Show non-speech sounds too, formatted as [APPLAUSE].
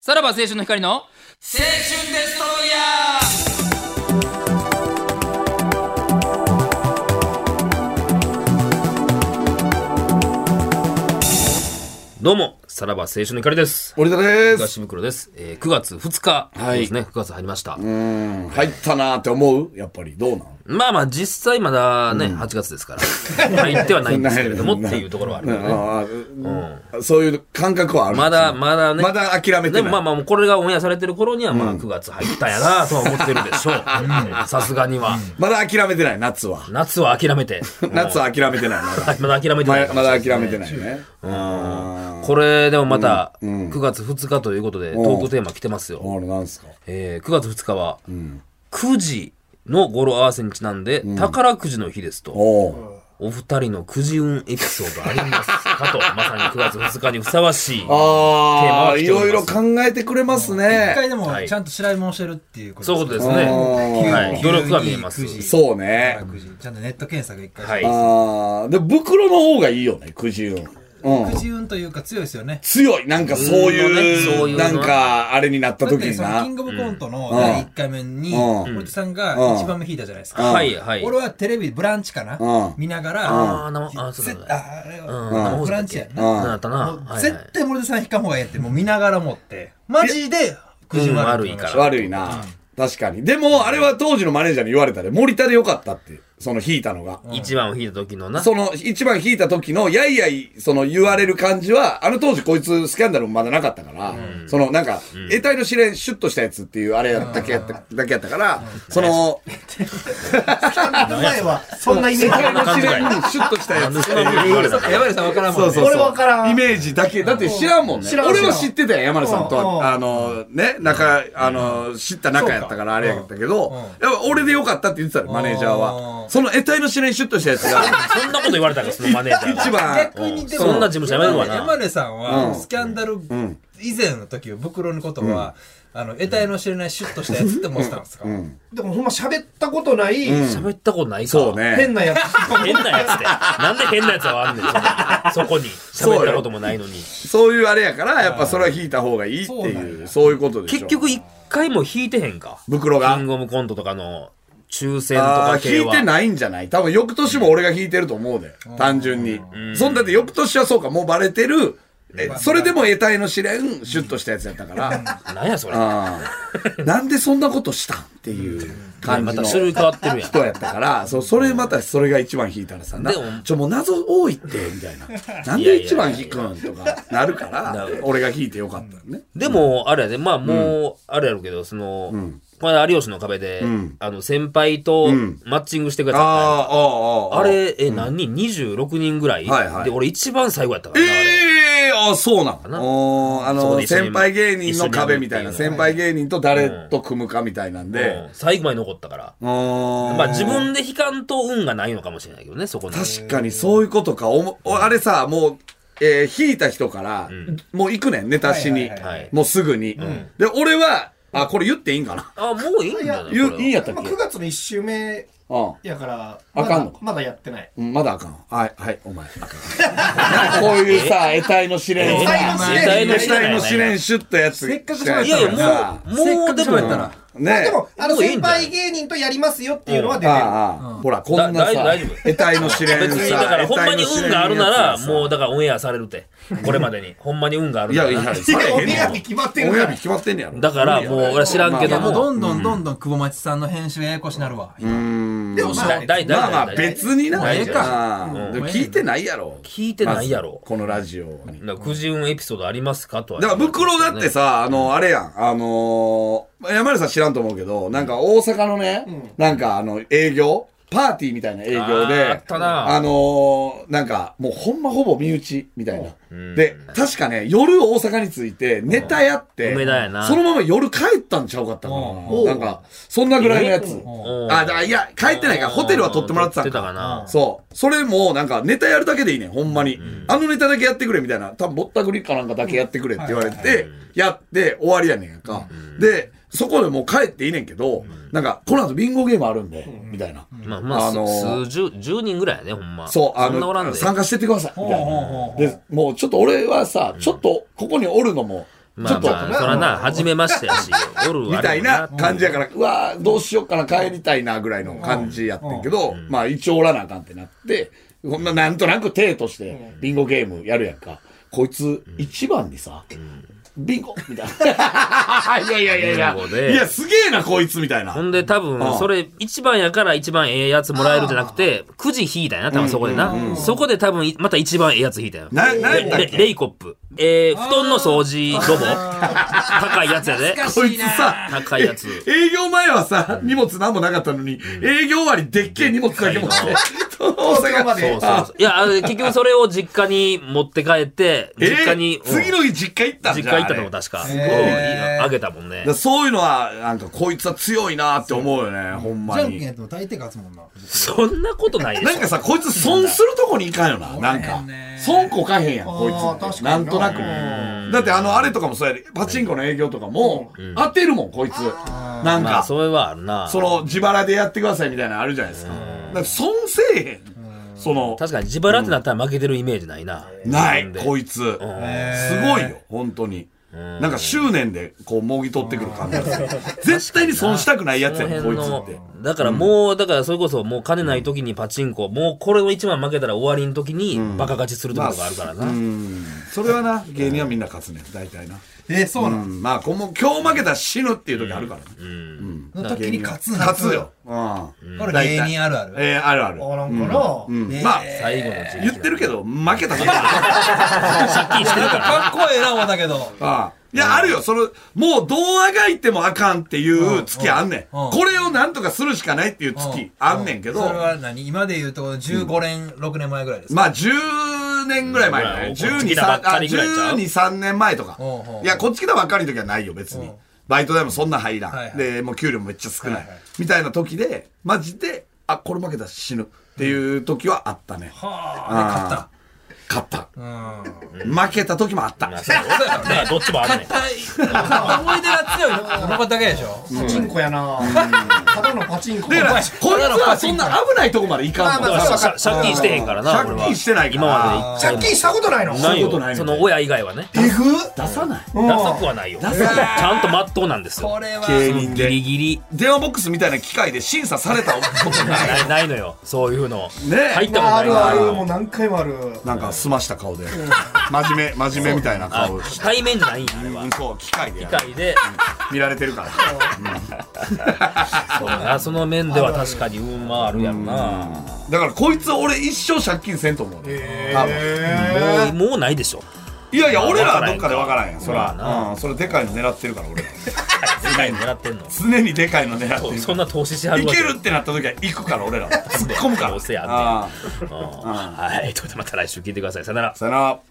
さらば青春の光の青春デストロイヤーどうもさらば青春の光です森田です。東袋です、えー、9月2日はいですね、9月入りましたうん入ったなーって思うやっぱり。どうなんまあまあ実際まだね、8月ですから入ってはないんですけれどもそっんなていうところはあるうけどねんあーうんそういう感覚はある。まだまだねまだ諦めてなでいもまあまあもうこれがオンエアされてる頃にはまあ9月入ったんやなとは思ってるでしょううんさすがには、まだ諦めてない、夏は。夏は諦めて [LAUGHS] 夏は諦めて [LAUGHS] ない。まだはいまだ諦めてまないかだまもしれないだ諦めてないね。あこれでもまた9月2日ということでトークテーマ来てますよ、ーあれなんですかえー9月2日は9時の語呂合わせにちなんで宝くじの日ですと、おーお二人のくじ運エピソードありますかと、まさに9月2日にふさわしい。あーあ、いろいろ考えてくれますね一。回でもはいちゃんと調べ物してるっていうこそういうとことですすね。うんはい。努力が見えます。 9時そうね。ねちゃんとネット検索一回はしてい。ああ、で、袋の方がいいよね、くじ運。うんく。じ運というか強いですよね強い。なんかそううんそういいうう、のなんか、あれになっただっ時てにそのなキン。グオブコントの第1回目にうん堀田さんが一番目引いたじゃないですかはい、はい。俺はテレビブランチかうんな見ながあらー、生、あー、そう絶だ。ああれうんはうんブランチやんなうんなったな。もうはいはい絶。対森田さん引かん方がええってもう見ながら持ってマジでくじ悪いうん悪いから悪いな。確かに。でも、あれは当時のマネージャーに言われたで、森田でよかったって、その引いたのが。一番を引いた時のな。その、一番引いた時の、やいやい、その言われる感じは、あの当時こいつスキャンダルもまだなかったから、そのなんか、得体の知れんシュッとしたやつっていうあれだけやった、だけやったから、その、前はそんなイメージ得体の知れんシュッとしたやつっていう。山根さん分からんもんねそう俺わからんイメージだけ。だって知らんもんね。知らん俺は知ってたよ、山根さんとうんうんは。あの、ね、仲、あの、知った仲やったからあれやったけど、やっぱ俺でよかったって言ってたよ、マネージャーうは。んその得体の知れんシュッとしたやつが、 [LAUGHS] そんなこと言われたから、そのマネージャーが。 [LAUGHS] 一番、逆にでもそんな事務所やめるわ山な。根さんはスキャンダル以前の時袋のことはあの得体の知れないシュッとしたやつって思ってたんですかでもほんま喋ったことない喋ったことないか。そう。ね。変なや変なやつで。なんで変なやつはあんねん。そこに。喋ったこともないのに。そういうあれやから、やっぱそれは引いた方がいいってそうなんいう、そういうことでしょ。結局、一回も引いてへんか。袋がキングオブコントとかの抽選とあかー系引いは。てないんじゃない多分翌年も俺が引いてると思うで。単純に。そんだって翌年はそうか、もうバレてる。えそれでも得体の知れん、シュッとしたやつやったから。なんやそれ。あーなんでそんなことしたんっていう感まじたの種類人変わってるやん。やったから、そうそれまたそれが一番引いたらさ、なでもちょ、もう謎多いって、みたい [LAUGHS] な。なんで一番引くんとかなるから、俺が引いてよかったのね。でも、あれやで、まあもう、あれやろうけど、その、この間有吉の壁で、あの、先輩とマッチングしてくれたやあー、あつあれ、え、何人 ?26 人ぐらいはいはいで、俺一番最後やったからな、あれ。ええあ、そうななのおーあそこので、一緒に先輩芸人の壁みたいな、一緒にやる先輩芸人と誰と組むかみたいなんでう、ん最後まで残ったから。ままあ自分で引かんと運がないのかもしれないけどね、そこに。確かにそういうことか。おもおあれさ、もう、えー引いた人から、もう行くねん、ネタしに。はいはいはいはいもうすぐに、で、俺は、あ、これ言っていいんかな。あ、もういいんだな。言こうれいいんやったっつけ、 9月の1週目うんやからあかんのかまだまだやってないうん。まだあかん。はい、はい、お前。あかんこういうさ、得体の試練えをーさ。絶対の得試練体の試練シュッとやつ。せっか [LAUGHS] く喋ったのにいやいや、もう、もう、でも、う。ねでもあのもういいん先じゃない輩芸人とやりますよっていうのは出てるああ、ほら、こんなださ大丈夫、得体の知れん別さ、に、だから、ほんまに運があるなら、もう、だだからオンエアされるって。これまでに。ほんまに運があるいなやらいな。や、いされやへおんねみややろび決まってるおかみやらび決まってんねやろ。だから、もう、俺は知らんけいどやもうども。んどんどんどん久保町さんの編集ややこしなるわでもまだあいだいまあまあだいだい別にな。まあええか。うんでも聞いてないやろ。聞いてないやろまずこのラジオに。だからくじ運エピソードありますかとはだから、袋だってさ、あの、あれやん、あのー、山根さん知らんと思うけど、なんか大阪のね、なんかあの、営業、パーティーみたいな営業で、あーあったなあのー、なんか、もうほんまほぼ身内みたいな。で、確かね、夜大阪に着いて、ネタやって、うん梅田やなそのまま夜帰ったんちゃうかったかうな。なんか、そんなぐらいのやつ。うんあ、だからいや、帰ってないから、ホテルは取ってもらってたん取かか。なそう。それも、なんか、ネタやるだけでいいねん、ほんまに。あのネタだけやってくれ、みたいな。多分、ぼったくりかなんかだけやってくれって言われて、やって、終わりやねんやんか。で、そこでもう帰っていいねんけど、なんか、この後ビンゴゲームあるんで、みたいな。まあまああの数十十人ぐらいやねほんまそう、あそんなおらんの、で参加してってください、みたいな。で、もうちょっと俺はさ、ちょっと、ここにおるのも、まあちょっまあ、そらな、初めましてやし、おるみたいあなれも感じやから、うわーどうしよっかな、帰りたいな、ぐらいの感じやってんけど、まあ、一応おらなあかんってなって、ほんななんとなく手として、ビンゴゲームやるやんか。こいつ、一番にさ、ビンゴみたいな。いやいやいやいビンゴや、でいや、すげえな、こいつみたいな。ほんで多ああ分、それ、一番やから一番ええやつもらえるじゃなくて、くじ引いたんやな、多分そこでな。そこで多分、また一番ええやつ引いたんや。な、なんやったっレレけイコップ。えー、布団の掃除ロボ高いやつやで。こいつさ、高いやつ。営業前はさ、荷物何もなかったのに、営業終わりでっけえ荷物だけ持って、大阪まで。そうそうそう。いや、あの結局それを実家に持って帰って、えー実家に、うん次の日実家行ったんじ実ゃん家行ったあとれ思う、確か。ごいうんあげたもんだねから。そういうのは、なんか、こいつは強いなって思うよね、ほんまじゃんけんに。やっても大抵勝つもんな。そんなことないで [LAUGHS] なんしかさ、こいつ損するとこにいかんよな、なんか。損こかへんやん、こあーい確つ。かなにんなとなくうね。だって、あの、あれとかもそうやで、パチンコの営業とかも、当てるもん、こいつ。なょ。んまあ、か、それはあるな。その、自腹でやってくださいみたいなのあるじゃないですか。だから損せえへん。その、確かに自腹ってなったら負けてるイメージないな。ない、でこいつ。すごいよ、本当に。なんか執念でこうもぎ取ってくる感じがする絶対に損したくないやつやねんこいつってだからもう、だからそれこそもう金ない時にパチンコ、もうこれを一番負けたら終わりの時にバカ勝ちするところがあるからな。うんそれはな芸人はみんな勝つねん大体なえ、そうなうのんまあこうもう今日負けたら死ぬっていう時あるからねの時に勝つんだ勝つようんこれ芸人あるある。えーあるあるおらんから、ねまあ最後の時期言ってるけど負けたらあ借金してるなんか。から [LAUGHS] かっこええな思ったけど。あいやあるよそのもうどうあがいてもあかんっていう月あんねんうんうんこれをなんとかするしかないっていう月あんねんけどそれは何今で言うと15年、6年前ぐらいですか。まあ、10年ぐらい前だうね。ん12、こっち来たばっかりぐらいちゃう12、3年前とかうんうんう。んいや、こっち来たばっかりの時はないよ、別にうん。バイト代もそんな入らはいはん。いで、もう給料もめっちゃ少なはいいはい。みたいな時で、マジで、あ、これ負けたら死ぬっていう時はあったね。はあ、勝った。で [LAUGHS] 勝った。うん。負けた時もあった。まあそうだよだからどっちもあるねん。思い出が強いのこの子だけでしょパチンコやな。ただのパチンコ。だから、こいつはそんな危ないとこまでいかんだの。かだかららささ借金してへんからな。借金俺はしてないから今まで借金したことないの一回もないそういうことないよ。のその親以外はね。えぐ出さない。ダサくはないよ。ちゃんとまっとうなんですよ。これは芸人ギでリ。ギリ。電話ボックスみたいな機械で審査されたことない。ないないのよ。そういうの。ね入ったあもんるなあいる、もう何回もある。なんか、澄ました顔で。真面目、真面目みたいなあ顔して。対面じゃないんやあれはう。ん、そう、機械でやる機械で、見られてるから。そうだなその面では確かに運はあるやろな。だからこいつ俺一生借金せんと思うね、多分もう、もうないでしょ。いやいや俺らはどっかで分からんやんそまあら、なうん、それでかいの狙ってるから俺ら世界に狙ってんの。常にでかいの狙ってるそんな投資しはかるらいわけけるってなった時は行くから俺ら突っ込むかどらうせやんねんあうんはい。ということでまた来週聞いてください。さよならあ。さよなら